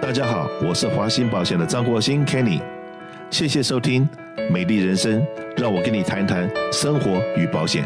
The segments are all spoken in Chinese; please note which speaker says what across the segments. Speaker 1: 大家好，我是华鑫保险的张国兴 Kenny，谢谢收听《美丽人生》，让我跟你谈谈生活与保险。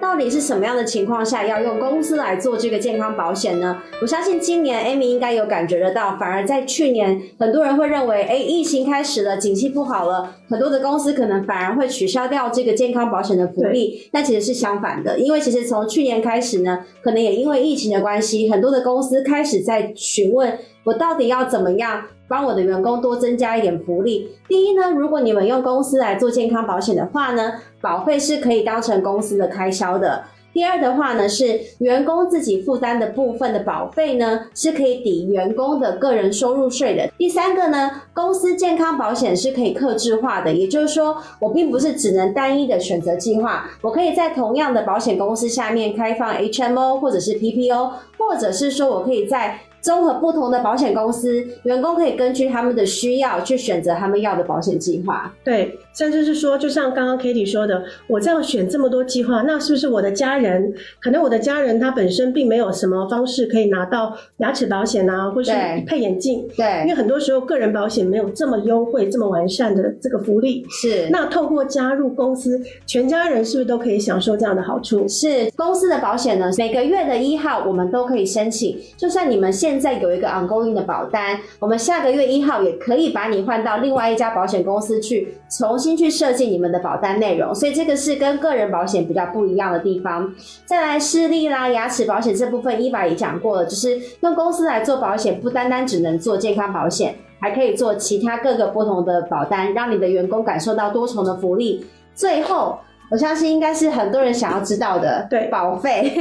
Speaker 2: 到底是什么样的情况下要用公司来做这个健康保险呢？我相信今年 Amy 应该有感觉得到，反而在去年，很多人会认为，哎，疫情开始了，景气不好了，很多的公司可能反而会取消掉这个健康保险的福利。但其实是相反的，因为其实从去年开始呢，可能也因为疫情的关系，很多的公司开始在询问我到底要怎么样。帮我的员工多增加一点福利。第一呢，如果你们用公司来做健康保险的话呢，保费是可以当成公司的开销的。第二的话呢，是员工自己负担的部分的保费呢，是可以抵员工的个人收入税的。第三个呢，公司健康保险是可以克制化的，也就是说，我并不是只能单一的选择计划，我可以在同样的保险公司下面开放 HMO 或者是 PPO，或者是说我可以在综合不同的保险公司，员工可以根据他们的需要去选择他们要的保险计划。
Speaker 3: 对，甚至是说，就像刚刚 Kitty 说的，我这样选这么多计划，那是不是我的家人，可能我的家人他本身并没有什么方式可以拿到牙齿保险啊，或是
Speaker 2: 对
Speaker 3: 配眼镜，因为
Speaker 2: 对，
Speaker 3: 很多时候个人保险没有这么优惠、这么完善的这个福利。
Speaker 2: 是。
Speaker 3: 那透过加入公司，全家人是不是都可以享受这样的好处？
Speaker 2: 是公司的保险呢，每个月的一号我们都可以申请。就算你们现在有一个 ongoing 的保单，我们下个月一号也可以把你换到另外一家保险公司去，重新去设计你们的保单内容。所以这个是跟个人保险比较不一样的地方。再来视力啦、牙齿保险这部分，伊娃也讲过了，就是用公司来做保险，不单单只能做健康保险。还可以做其他各个不同的保单，让你的员工感受到多重的福利。最后，我相信应该是很多人想要知道的，
Speaker 3: 对
Speaker 2: 保 费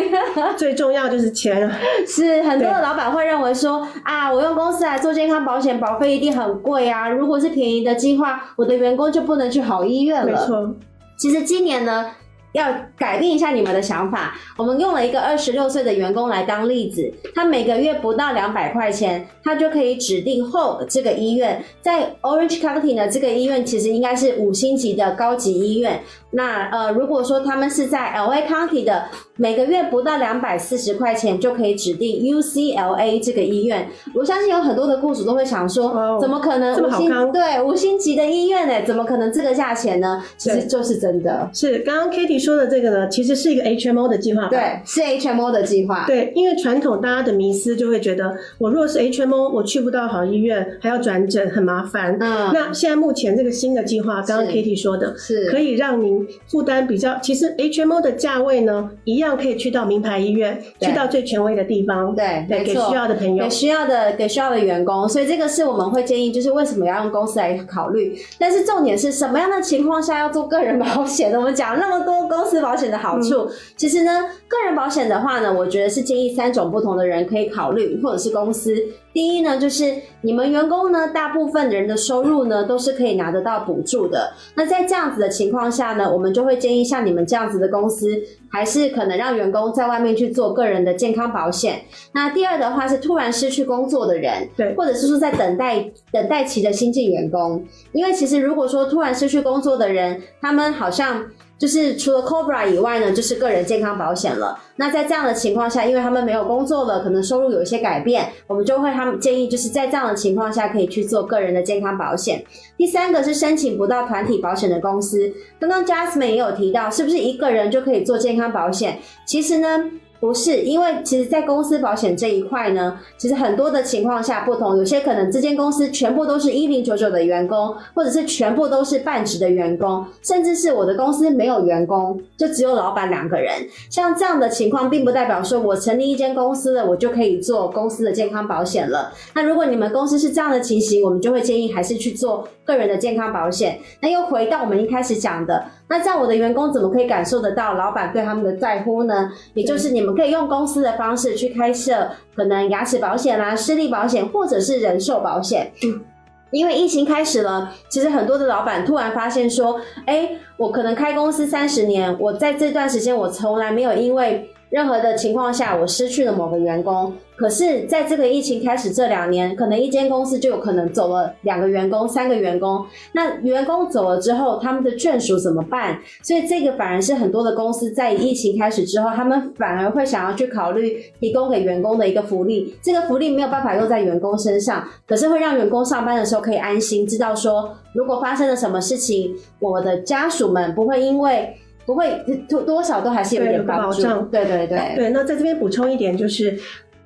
Speaker 3: 最重要就是钱啊，
Speaker 2: 是很多的老板会认为说啊，我用公司来做健康保险，保费一定很贵啊。如果是便宜的计划，我的员工就不能去好医院
Speaker 3: 没
Speaker 2: 了。
Speaker 3: 错，
Speaker 2: 其实今年呢，要改变一下你们的想法。我们用了一个二十六岁的员工来当例子，他每个月不到两百块钱，他就可以指定 Hope 这个医院，在 Orange County 呢，这个医院其实应该是五星级的高级医院。那呃，如果说他们是在 LA County 的，每个月不到两百四十块钱就可以指定 UCLA 这个医院。我相信有很多的雇主都会想
Speaker 3: 哇
Speaker 2: 说
Speaker 3: 哦，
Speaker 2: 怎么可能
Speaker 3: 这么
Speaker 2: 呃五
Speaker 3: 好
Speaker 2: 星
Speaker 3: 康
Speaker 2: 对五星级的医院呢？怎么可能这个价钱呢？其实
Speaker 3: 对
Speaker 2: 就是真的。
Speaker 3: 是刚刚 Kitty 说的这个呢，其实是一个 HMO 的计划吧，
Speaker 2: 对，是 HMO 的计划。
Speaker 3: 对，因为传统大家的迷思就会觉得，我如果是 HMO，我去不到好医院，还要转诊，很麻烦。
Speaker 2: 嗯，
Speaker 3: 那现在目前这个新的计划，刚刚
Speaker 2: 是
Speaker 3: Kitty 说的，
Speaker 2: 是
Speaker 3: 可以让您负担比较，其实 HMO 的价位呢，一样可以去到名牌医院，
Speaker 2: 对
Speaker 3: 去到最权威的地方，
Speaker 2: 对没
Speaker 3: 对，给
Speaker 2: 错
Speaker 3: 需要的朋友
Speaker 2: 给。需要的给需要的员工，所以这个是我们会建议，就是为什么要用公司来考虑。但是重点是什么样的情况下要做个人保险呢？我们讲那么多公司保险的好处，其实呢，个人保险的话呢，我觉得是建议三种不同的人可以考虑，或者是公司。第一呢，就是你们员工呢，大部分人的收入呢都是可以拿得到补助的。那在这样子的情况下呢，我们就会建议像你们这样子的公司，还是可能让员工在外面去做个人的健康保险。那第二的话是突然失去工作的人，
Speaker 3: 对
Speaker 2: 或者是说在等待等待期的新进员工，因为其实如果说突然失去工作的人，他们好像。就是除了 Cobra 以外呢，就是个人健康保险了。那在这样的情况下，因为他们没有工作了，可能收入有一些改变，我们就会他们建议就是在这样的情况下可以去做个人的健康保险。第三个是申请不到团体保险的公司，刚刚 Jasmine 也有提到，是不是一个人就可以做健康保险？其实呢，不是，因为其实，在公司保险这一块呢，其实很多的情况下不同，有些可能这间公司全部都是一零九九的员工，或者是全部都是半职的员工，甚至是我的公司没有员工，就只有老板两个人。像这样的情况，并不代表说我成立一间公司了，我就可以做公司的健康保险了。那如果你们公司是这样的情形，我们就会建议还是去做个人的健康保险。那又回到我们一开始讲的，那这样我的员工怎么可以感受得到老板对他们的在乎呢？也就是你们可以用公司的方式去开设可能牙齿保险啦、视力保险或者是人寿保险。
Speaker 3: 嗯
Speaker 2: 因为疫情开始了，其实很多的老板突然发现说，哎，我可能开公司三十年，我在这段时间我从来没有因为任何的情况下，我失去了某个员工，可是在这个疫情开始这两年，可能一间公司就有可能走了两个员工、三个员工，那员工走了之后，他们的眷属怎么办？所以这个反而是很多的公司在疫情开始之后，他们反而会想要去考虑提供给员工的一个福利。这个福利没有办法用在员工身上，可是会让员工上班的时候可以安心，知道说如果发生了什么事情，我的家属们不会因为不会多多少都还是有一
Speaker 3: 对
Speaker 2: 点
Speaker 3: 有个保
Speaker 2: 帮助
Speaker 3: 障。
Speaker 2: 对对对，
Speaker 3: 对，那在这边补充一点，就是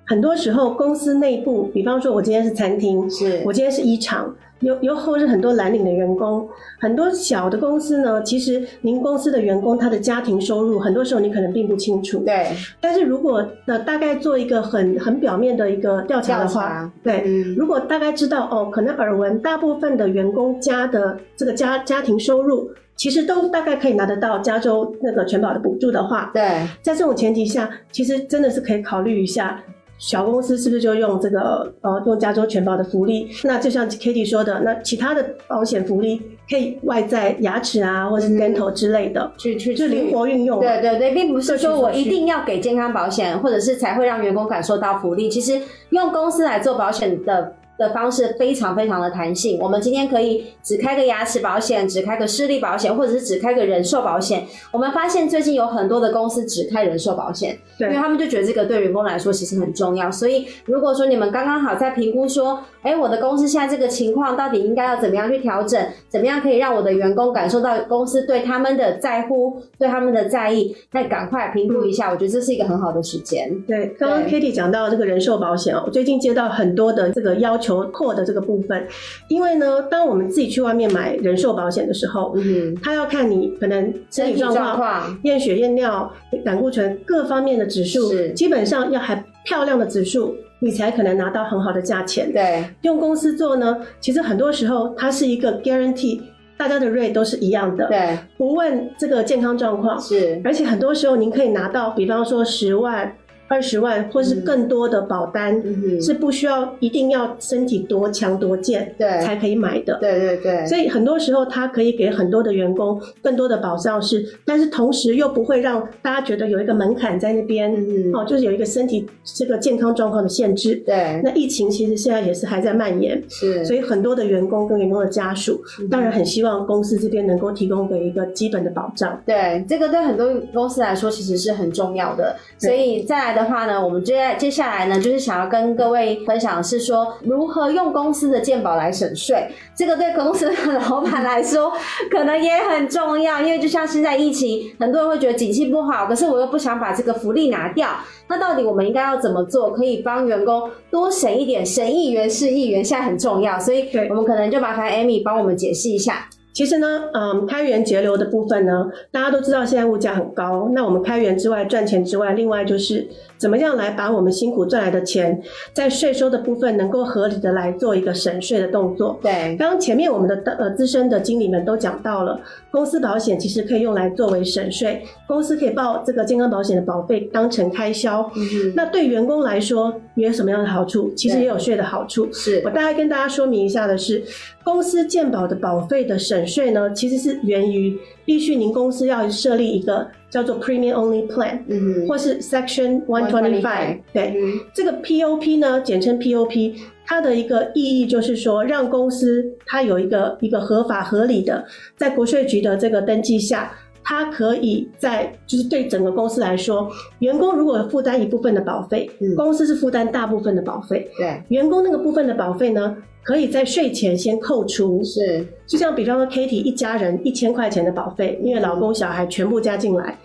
Speaker 3: 很多时候公司内部，比方说我今天是餐厅，
Speaker 2: 是
Speaker 3: 我今天是一厂。有有或是很多蓝领的员工，很多小的公司呢，其实您公司的员工他的家庭收入，很多时候你可能并不清楚。
Speaker 2: 对
Speaker 3: 但是如果呃大概做一个很很表面的一个调查
Speaker 2: 调
Speaker 3: 的话，
Speaker 2: 查，
Speaker 3: 对，
Speaker 2: 嗯，
Speaker 3: 如果大概知道哦，可能耳闻大部分的员工家的这个家家庭收入，其实都大概可以拿得到加州那个全保的补助的话，
Speaker 2: 对
Speaker 3: 在这种前提下，其实真的是可以考虑一下。小公司是不是就用这个呃用加州全保的福利？那就像 k a t i e 说的，那其他的保险福利可以外在牙齿啊，或者是
Speaker 2: 嗯
Speaker 3: dental 之类的，
Speaker 2: 去去
Speaker 3: 就灵
Speaker 2: 去
Speaker 3: 活运用。啊
Speaker 2: 对对对，并不是说我
Speaker 3: 社区
Speaker 2: 一定要给健康保险，或者是才会让员工感受到福利。其实用公司来做保险的。的方式非常非常的弹性，我们今天可以只开个牙齿保险，只开个视力保险，或者是只开个人寿保险。我们发现最近有很多的公司只开人寿保险，因
Speaker 3: 对
Speaker 2: 为他们就觉得这个对员工来说其实很重要。所以如果说你们刚刚好在评估说，哎，我的公司现在这个情况到底应该要怎么样去调整，怎么样可以让我的员工感受到公司对他们的在乎，对他们的在意，那赶快评估一下，我觉得这是一个很好的时间。
Speaker 3: 对，刚刚
Speaker 2: 对
Speaker 3: Kitty 讲到这个人寿保险哦，我最近接到很多的这个要求扩的这个部分，因为呢，当我们自己去外面买人寿保险的时候，
Speaker 2: 嗯，
Speaker 3: 他要看你可能
Speaker 2: 身
Speaker 3: 身体
Speaker 2: 体
Speaker 3: 状
Speaker 2: 状
Speaker 3: 况、
Speaker 2: 况，
Speaker 3: 验血、验尿、胆固醇各方面的指数，
Speaker 2: 是
Speaker 3: 基本上要还漂亮的指数，你才可能拿到很好的价钱。
Speaker 2: 对
Speaker 3: 用公司做呢，其实很多时候它是一个 guarantee，大家的 rate 都是一样的，
Speaker 2: 对
Speaker 3: 不问这个健康状况，
Speaker 2: 是，
Speaker 3: 而且很多时候您可以拿到，比方说十万、二十万，或是更多的保单，
Speaker 2: 嗯哼，
Speaker 3: 是不需要一定要身体多强多健
Speaker 2: 对
Speaker 3: 才可以买的。
Speaker 2: 对对对，
Speaker 3: 所以很多时候，它可以给很多的员工更多的保障是，但是同时又不会让大家觉得有一个门槛在那边，
Speaker 2: 嗯
Speaker 3: 哦，就是有一个身体这个健康状况的限制。
Speaker 2: 对
Speaker 3: 那疫情其实现在也是还在蔓延，
Speaker 2: 是，
Speaker 3: 所以很多的员工跟员工的家属，
Speaker 2: 嗯
Speaker 3: 当然很希望公司这边能够提供给一个基本的保障。
Speaker 2: 对，这个对很多公司来说其实是很重要的。
Speaker 3: 对
Speaker 2: 所以再来的话呢，我们接接下来呢，就是想要跟各位分享的是说，如何用公司的健保来省税。这个对公司的老板来说，可能也很重要，因为就像现在疫情，很多人会觉得景气不好，可是我又不想把这个福利拿掉。那到底我们应该要怎么做，可以帮员工多省一点？省一元是一元，现在很重要，所以
Speaker 3: 对
Speaker 2: 我们可能就麻烦 Amy 帮我们解释一下。
Speaker 3: 其实呢，嗯，开源节流的部分呢，大家都知道现在物价很高，那我们开源之外赚钱之外，另外就是怎么样来把我们辛苦赚来的钱，在税收的部分能够合理的来做一个省税的动作。
Speaker 2: 对，
Speaker 3: 刚刚前面我们的呃资深的经理们都讲到了，公司保险其实可以用来作为省税，公司可以报这个健康保险的保费当成开销。
Speaker 2: 嗯哼
Speaker 3: 那对员工来说有什么样的好处？其实
Speaker 2: 对
Speaker 3: 也有税的好处。
Speaker 2: 是
Speaker 3: 我大概跟大家说明一下的是，公司健保的保费的省税呢，其实是源于必须您公司要设立一个叫做 Premium Only Plan，
Speaker 2: 嗯哼
Speaker 3: 或是 Section One Twenty Five。对，
Speaker 2: 嗯
Speaker 3: 这个 POP 呢，简称 POP，它的一个意义就是说，让公司它有一个一个合法合理的，在国税局的这个登记下。它可以在，就是对整个公司来说，员工如果负担一部分的保费，
Speaker 2: 嗯
Speaker 3: 公司是负担大部分的保费。
Speaker 2: 对，
Speaker 3: 员工那个部分的保费呢，可以在税前先扣除。
Speaker 2: 是，
Speaker 3: 就像比方说 k a t i e 一家人一千块钱的保费，因为老公小孩全部加进来，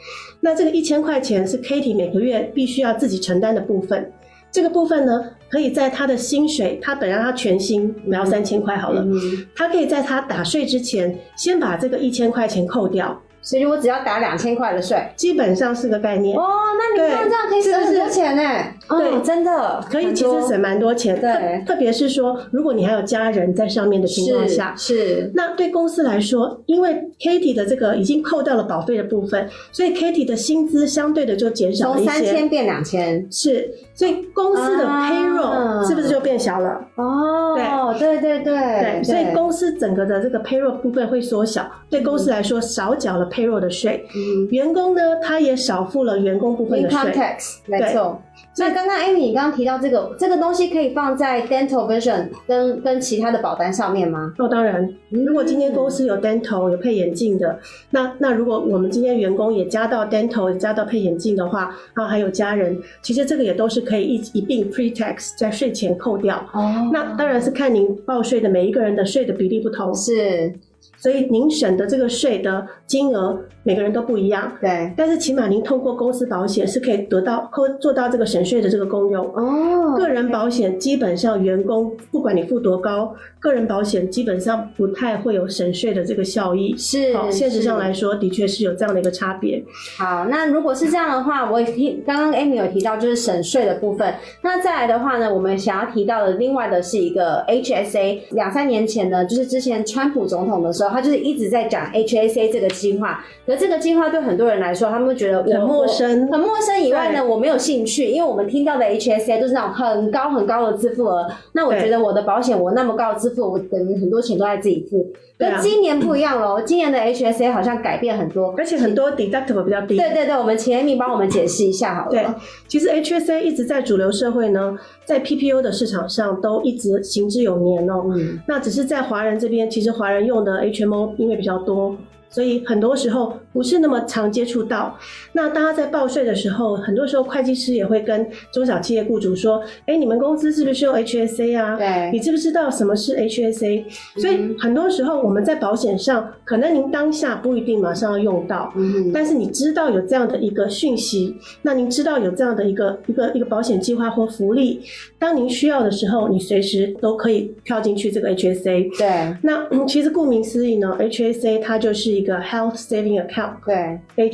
Speaker 3: 那这个一千块钱是 k a t i e 每个月必须要自己承担的部分。这个部分呢，可以在他的薪水，他本来他全薪，然后三千块好了，
Speaker 2: 嗯，
Speaker 3: 他可以在他打税之前，先把这个一千块钱扣掉，
Speaker 2: 所以我只要打两千块的税，
Speaker 3: 基本上是个概念。
Speaker 2: 哦，那你看
Speaker 3: 对
Speaker 2: 这样可以省很多钱呢，
Speaker 3: 对
Speaker 2: 嗯，真的
Speaker 3: 可以，其实省蛮多钱，
Speaker 2: 对
Speaker 3: 特特别是说，如果你还有家人在上面的情况
Speaker 2: 是
Speaker 3: 下，
Speaker 2: 是，
Speaker 3: 那对公司来说，因为 Katie 的这个已经扣掉了保费的部分，所以 Katie 的薪资相对的就减少了
Speaker 2: 从
Speaker 3: 一
Speaker 2: 三
Speaker 3: 些
Speaker 2: 千。变两千，
Speaker 3: 是，所以公司的
Speaker 2: 啊
Speaker 3: payroll 是不是就变小了？
Speaker 2: 哦，对对对
Speaker 3: 对，所以公司整个的这个 payroll 部分会缩小，对公司来说少缴了 pay roll 的税，
Speaker 2: 嗯
Speaker 3: 员工呢他也少付了员工部分的
Speaker 2: ，income
Speaker 3: 税。
Speaker 2: tax 没错。那刚刚 Amy 你刚刚提到这个这个东西可以放在 dental vision 跟跟其他的保单上面吗？
Speaker 3: 那、当然，如果今天公司有 dental 有配眼镜的，那那如果我们今天员工也加到 dental 也加到配眼镜的话，然后还有家人，其实这个也都是可以一一并 pre tax 在税前扣掉。
Speaker 2: 哦
Speaker 3: 那当然是看您报税的每一个人的税的比例不同，
Speaker 2: 是
Speaker 3: 所以您省的这个税的金额每个人都不一样。
Speaker 2: 对
Speaker 3: 但是起码您通过公司保险是可以得到扣做到这个省税的这个功用。
Speaker 2: 哦
Speaker 3: 个人保险基本上员工不管你付多高，个人保险基本上不太会有省税的这个效益。
Speaker 2: 是
Speaker 3: 好，现实上
Speaker 2: 是
Speaker 3: 来说，的确是有这样的一个差别。
Speaker 2: 好，那如果是这样的话，我也提刚刚 Amy 有提到就是省税的部分。那再来的话呢，我们想要提到的另外的是一个 HSA。两三年前呢，就是之前川普总统的时候，他就是一直在讲 HSA 这个计划。可这个计划对很多人来说，他们会觉得我
Speaker 3: 很陌。生
Speaker 2: 我，很陌生以外呢，
Speaker 3: 对
Speaker 2: 我没有兴趣，因为我们听到的 HSA 都是那种很高很高的自付额。那我
Speaker 3: 对
Speaker 2: 觉得我的保险我那么高的自付，我等于很多钱都在自己付。
Speaker 3: 对啊
Speaker 2: 那今年不一样喽，今年的 HSA 好像改变很多，
Speaker 3: 而且很多 deductible 比较低。
Speaker 2: 对对对，我们请 Amy 帮我们解释一下好了。
Speaker 3: 对，其实 HSA 一直在主流社会呢，在 PPO 的市场上都一直行之有年哦。
Speaker 2: 嗯，
Speaker 3: 那只是在华人这边，其实华人用的 HMO 因为比较多，所以很多时候不是那么常接触到。那大家在报税的时候，很多时候会计师也会跟中小企业雇主说：“哎，你们公司是不是用 HSA 啊？
Speaker 2: 对
Speaker 3: 你知不知道什么是 HSA？” 所以
Speaker 2: 嗯
Speaker 3: 很多时候我们在保险上，可能您当下不一定马上要用到。
Speaker 2: 嗯，
Speaker 3: 但是你知道有这样的一个讯息，那您知道有这样的一个一个一个保险计划或福利，当您需要的时候，你随时都可以跳进去这个 HSA。
Speaker 2: 对
Speaker 3: 那嗯其实顾名思义呢，HSA 它就是一个 Health Saving Account，HSA
Speaker 2: 对。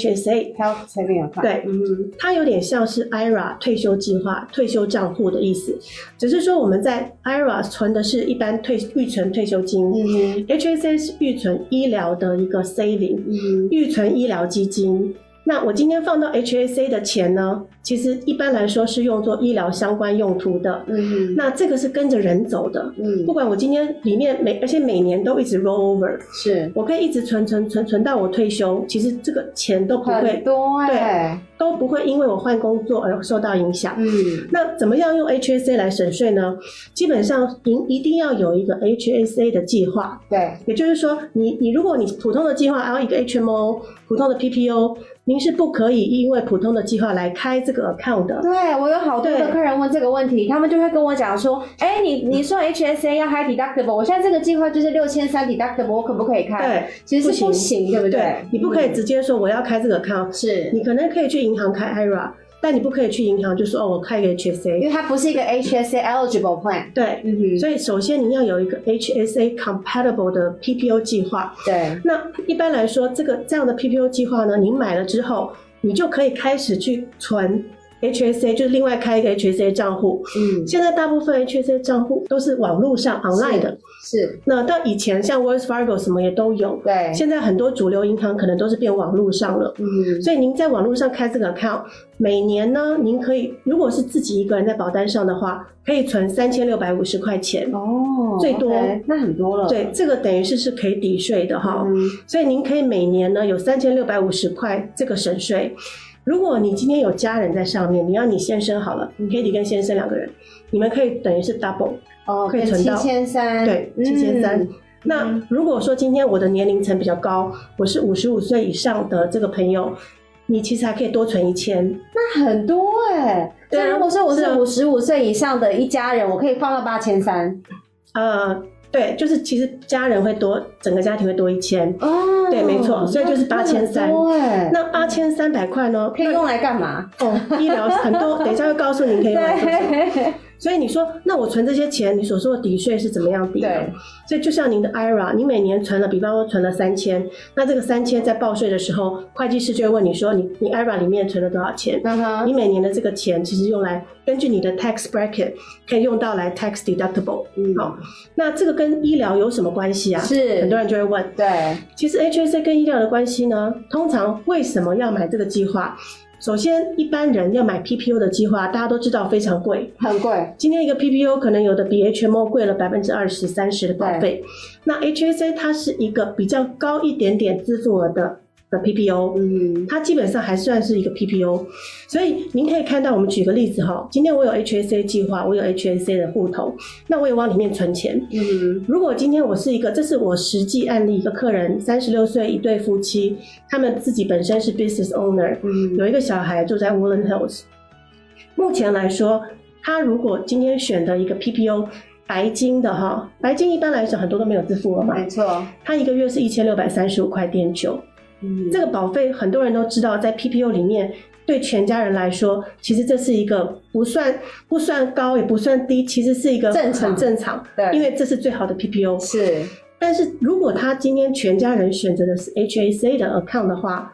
Speaker 2: ，health saving account，
Speaker 3: 对
Speaker 2: 嗯
Speaker 3: 它有点像是 IRA 退休计划、退休账户的意思，只是说我们在 IRA 存的是一般退预存退休金、
Speaker 2: 哼，嗯
Speaker 3: h s a 是预存医疗的一个 saving，
Speaker 2: 哼，嗯
Speaker 3: 预存医疗基金。那我今天放到 HSA 的钱呢，其实一般来说是用作医疗相关用途的。
Speaker 2: 哼，嗯哼，
Speaker 3: 那这个是跟着人走的，
Speaker 2: 嗯
Speaker 3: 不，管我今天里面每，而且每年都一直 roll over，
Speaker 2: 是
Speaker 3: 我可以一直存存存存到我退休，其实这个钱都不
Speaker 2: 很
Speaker 3: 会
Speaker 2: 多哎，
Speaker 3: 都不会因为我换工作而受到影响。
Speaker 2: 嗯，
Speaker 3: 那怎么样用 HSA 来省税呢？基本上您一定要有一个 HSA 的计划，
Speaker 2: 对，
Speaker 3: 也就是说，你你如果你普通的计划，然后一个 HMO，普通的 PPO，您是不可以因为普通的计划来开这个 account 的。
Speaker 2: 对我有好多的
Speaker 3: 对
Speaker 2: 客人问这个问题，他们就会跟我讲说，哎，你你说 HSA 要 high deductible，我现在这个计划就是六千三 deductible，我可不可以开？
Speaker 3: 对
Speaker 2: 其实是不
Speaker 3: 不
Speaker 2: 行，对不嗯
Speaker 3: 对，你不可以直接说我要开这个 account，、
Speaker 2: 是，
Speaker 3: 你可能可以去银行开 IRA，但你不可以去银行就说哦我开一个
Speaker 2: 因
Speaker 3: HSA。
Speaker 2: 为它不是一个 HSA eligible plan，
Speaker 3: 对，
Speaker 2: 嗯哼，
Speaker 3: 所以首先你要有一个 HSA compatible 的 PPO 计划。
Speaker 2: 对，
Speaker 3: 那一般来说，这个这样的 PPO 计划呢，你买了之后，你就可以开始去存 HSA，就是另外开一个 HSA 账户。
Speaker 2: 嗯，
Speaker 3: 现在大部分 HSA 账户都是网络上 online 的，
Speaker 2: 是，
Speaker 3: 那到以前像 Wells Fargo 什么也都有，
Speaker 2: 对，
Speaker 3: 现在很多主流银行可能都是变网络上了。
Speaker 2: 嗯，
Speaker 3: 所以您在网络上开这个 account，每年呢，您可以如果是自己一个人在保单上的话，可以存三千六百五十块钱。
Speaker 2: 哦，
Speaker 3: 最多
Speaker 2: OK，那很多了。
Speaker 3: 对，，这个等于是是可以抵税的哈。
Speaker 2: 哦嗯，
Speaker 3: 所以您可以每年呢有三千六百五十块这个省税。如果你今天有家人在上面，你要你先生好了
Speaker 2: 嗯
Speaker 3: ，Kitty 跟先生两个人，你们可以等于是 double，
Speaker 2: 哦，
Speaker 3: 可以存
Speaker 2: 七
Speaker 3: 到
Speaker 2: 千三，
Speaker 3: 对，七千三
Speaker 2: 哎嗯。
Speaker 3: 那如果说今天我的年龄层比较高，我是五十五岁以上的这个朋友，你其实还可以多存一千。
Speaker 2: 那很多哎。
Speaker 3: 对啊
Speaker 2: 那如果说我
Speaker 3: 是
Speaker 2: 是
Speaker 3: 啊
Speaker 2: 五十五岁以上的一家人，我可以放到八千三。
Speaker 3: 呃，对，就是其实家人会多，整个家庭会多一千。
Speaker 2: 哦
Speaker 3: 对没错所以就是8300
Speaker 2: 哎，
Speaker 3: 那八千三百块呢？
Speaker 2: 可以用来干嘛？
Speaker 3: 那哦，医疗很多，等一下会告诉你可以用来做什么。
Speaker 2: 对，
Speaker 3: 所以你说，那我存这些钱，你所说的抵税是怎么样抵的
Speaker 2: 对？
Speaker 3: 所以就像您的 IRA，你每年存了，比方说存了三千，那这个三千在报税的时候，会计师就会问你说，你你 IRA 里面存了多少钱？
Speaker 2: 嗯
Speaker 3: 你
Speaker 2: 哼，
Speaker 3: 每年的这个钱其实用来根据你的 tax bracket 可以用到来 tax deductible。
Speaker 2: 嗯
Speaker 3: 好，那这个跟医疗有什么关系啊？
Speaker 2: 是
Speaker 3: 很多人就会问。
Speaker 2: 对，
Speaker 3: 其实 HSA 跟医疗的关系呢，通常为什么要买这个计划？首先，一般人要买 PPO 的计划，大家都知道非常贵，
Speaker 2: 很贵，
Speaker 3: 今天一个 PPO 可能有的比 HMO 贵了百分之二十、三十的保费，那 HSA 它是一个比较高一点点支付额的的 PPO，
Speaker 2: 嗯
Speaker 3: 它基本上还算是一个 PPO。所以您可以看到，我们举个例子哈，今天我有 HSA 计划，我有 HSA 的户头，那我也往里面存钱。
Speaker 2: 嗯
Speaker 3: 如果今天我是一个，这是我实际案例，一个客人三十六岁，一对夫妻，他们自己本身是 business owner，
Speaker 2: 嗯，
Speaker 3: 有一个小孩住在 Woodland Hills。目前来说，他如果今天选的一个 PPO 白金的哈，白金一般来讲很多都没有自付额嘛，
Speaker 2: 没错，
Speaker 3: 他一个月是一千六百三十五块电九，
Speaker 2: 嗯
Speaker 3: 这个保费很多人都知道，在 PPO 里面。对全家人来说，其实这是一个不算不算高也不算低，其实是一个
Speaker 2: 正常
Speaker 3: 很正常，
Speaker 2: 对
Speaker 3: 因为这是最好的 PPO。
Speaker 2: 是
Speaker 3: 但是如果他今天全家人选择的是 HAC 的 account 的话，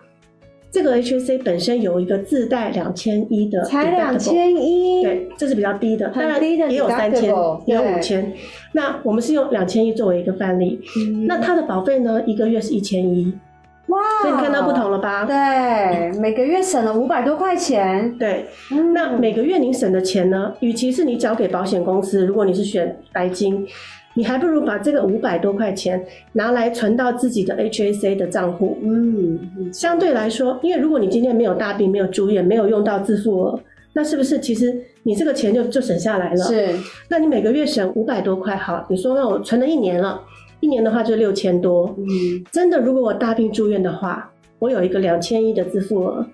Speaker 3: 这个 HAC 本身有一个自带两千一的，
Speaker 2: 才两，千一，
Speaker 3: 对，这是比较低的，
Speaker 2: 很
Speaker 3: 当然
Speaker 2: 低的
Speaker 3: 也有三千
Speaker 2: deductible，，
Speaker 3: 也有
Speaker 2: 对
Speaker 3: 五千。那我们是用两千一作为一个范例，
Speaker 2: 嗯，
Speaker 3: 那它的保费呢，一个月是一千一，
Speaker 2: 哇，
Speaker 3: 所以你看到不同了吧？
Speaker 2: 对，每个月省了五百多块钱，
Speaker 3: 对，
Speaker 2: 嗯
Speaker 3: 那每个月您省的钱呢，与其是你交给保险公司，如果你是选白金，你还不如把这个五百多块钱拿来存到自己的 HAC 的账户。
Speaker 2: 嗯
Speaker 3: 相对来说，因为如果你今天没有大病、没有住院、没有用到自付额，那是不是其实你这个钱就就省下来了？。
Speaker 2: 是
Speaker 3: 那你每个月省五百多块，好，你说那我存了一年了，一年的话就六千多。
Speaker 2: 嗯
Speaker 3: 真的，如果我大病住院的话，我有一个两千一的自付额。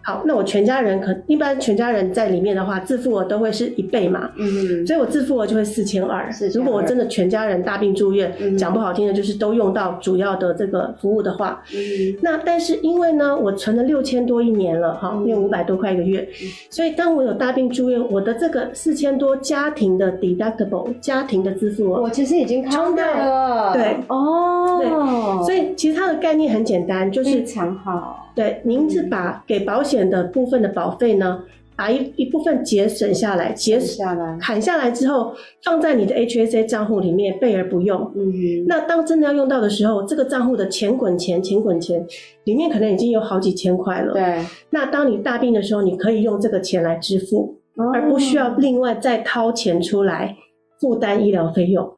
Speaker 3: 好，那我全家人可一般全家人在里面的话，自付额都会是一倍嘛，
Speaker 2: 嗯
Speaker 3: 所以我自付额就会四千二。
Speaker 2: 4200
Speaker 3: 如果我真的全家人大病住院，
Speaker 2: 嗯
Speaker 3: 讲不好听的就是都用到主要的这个服务的话，
Speaker 2: 嗯
Speaker 3: 那但是因为呢，我存了六千多一年了哈，
Speaker 2: 嗯
Speaker 3: 因为五百多块一个月，所以当我有大病住院，我的这个四千多家庭的 deductible 家庭的支付
Speaker 2: 我
Speaker 3: 额，
Speaker 2: 其实已经看到了，
Speaker 3: 对
Speaker 2: 哦，
Speaker 3: 所以其实它的概念很简单，就是
Speaker 2: 非常好，
Speaker 3: 对，您是把给保险的部分的保费呢，把一一部分节省下来，节
Speaker 2: 接下来，
Speaker 3: 砍下来之后，放在你的 HSA 账户里面备而不用。
Speaker 2: 嗯，
Speaker 3: 那当真的要用到的时候，这个账户的钱滚钱，钱滚钱，里面可能已经有好几千块了。
Speaker 2: 对，
Speaker 3: 那当你大病的时候，你可以用这个钱
Speaker 2: 哦
Speaker 3: 来支付，而不需要另外再掏钱出来负担医疗费用。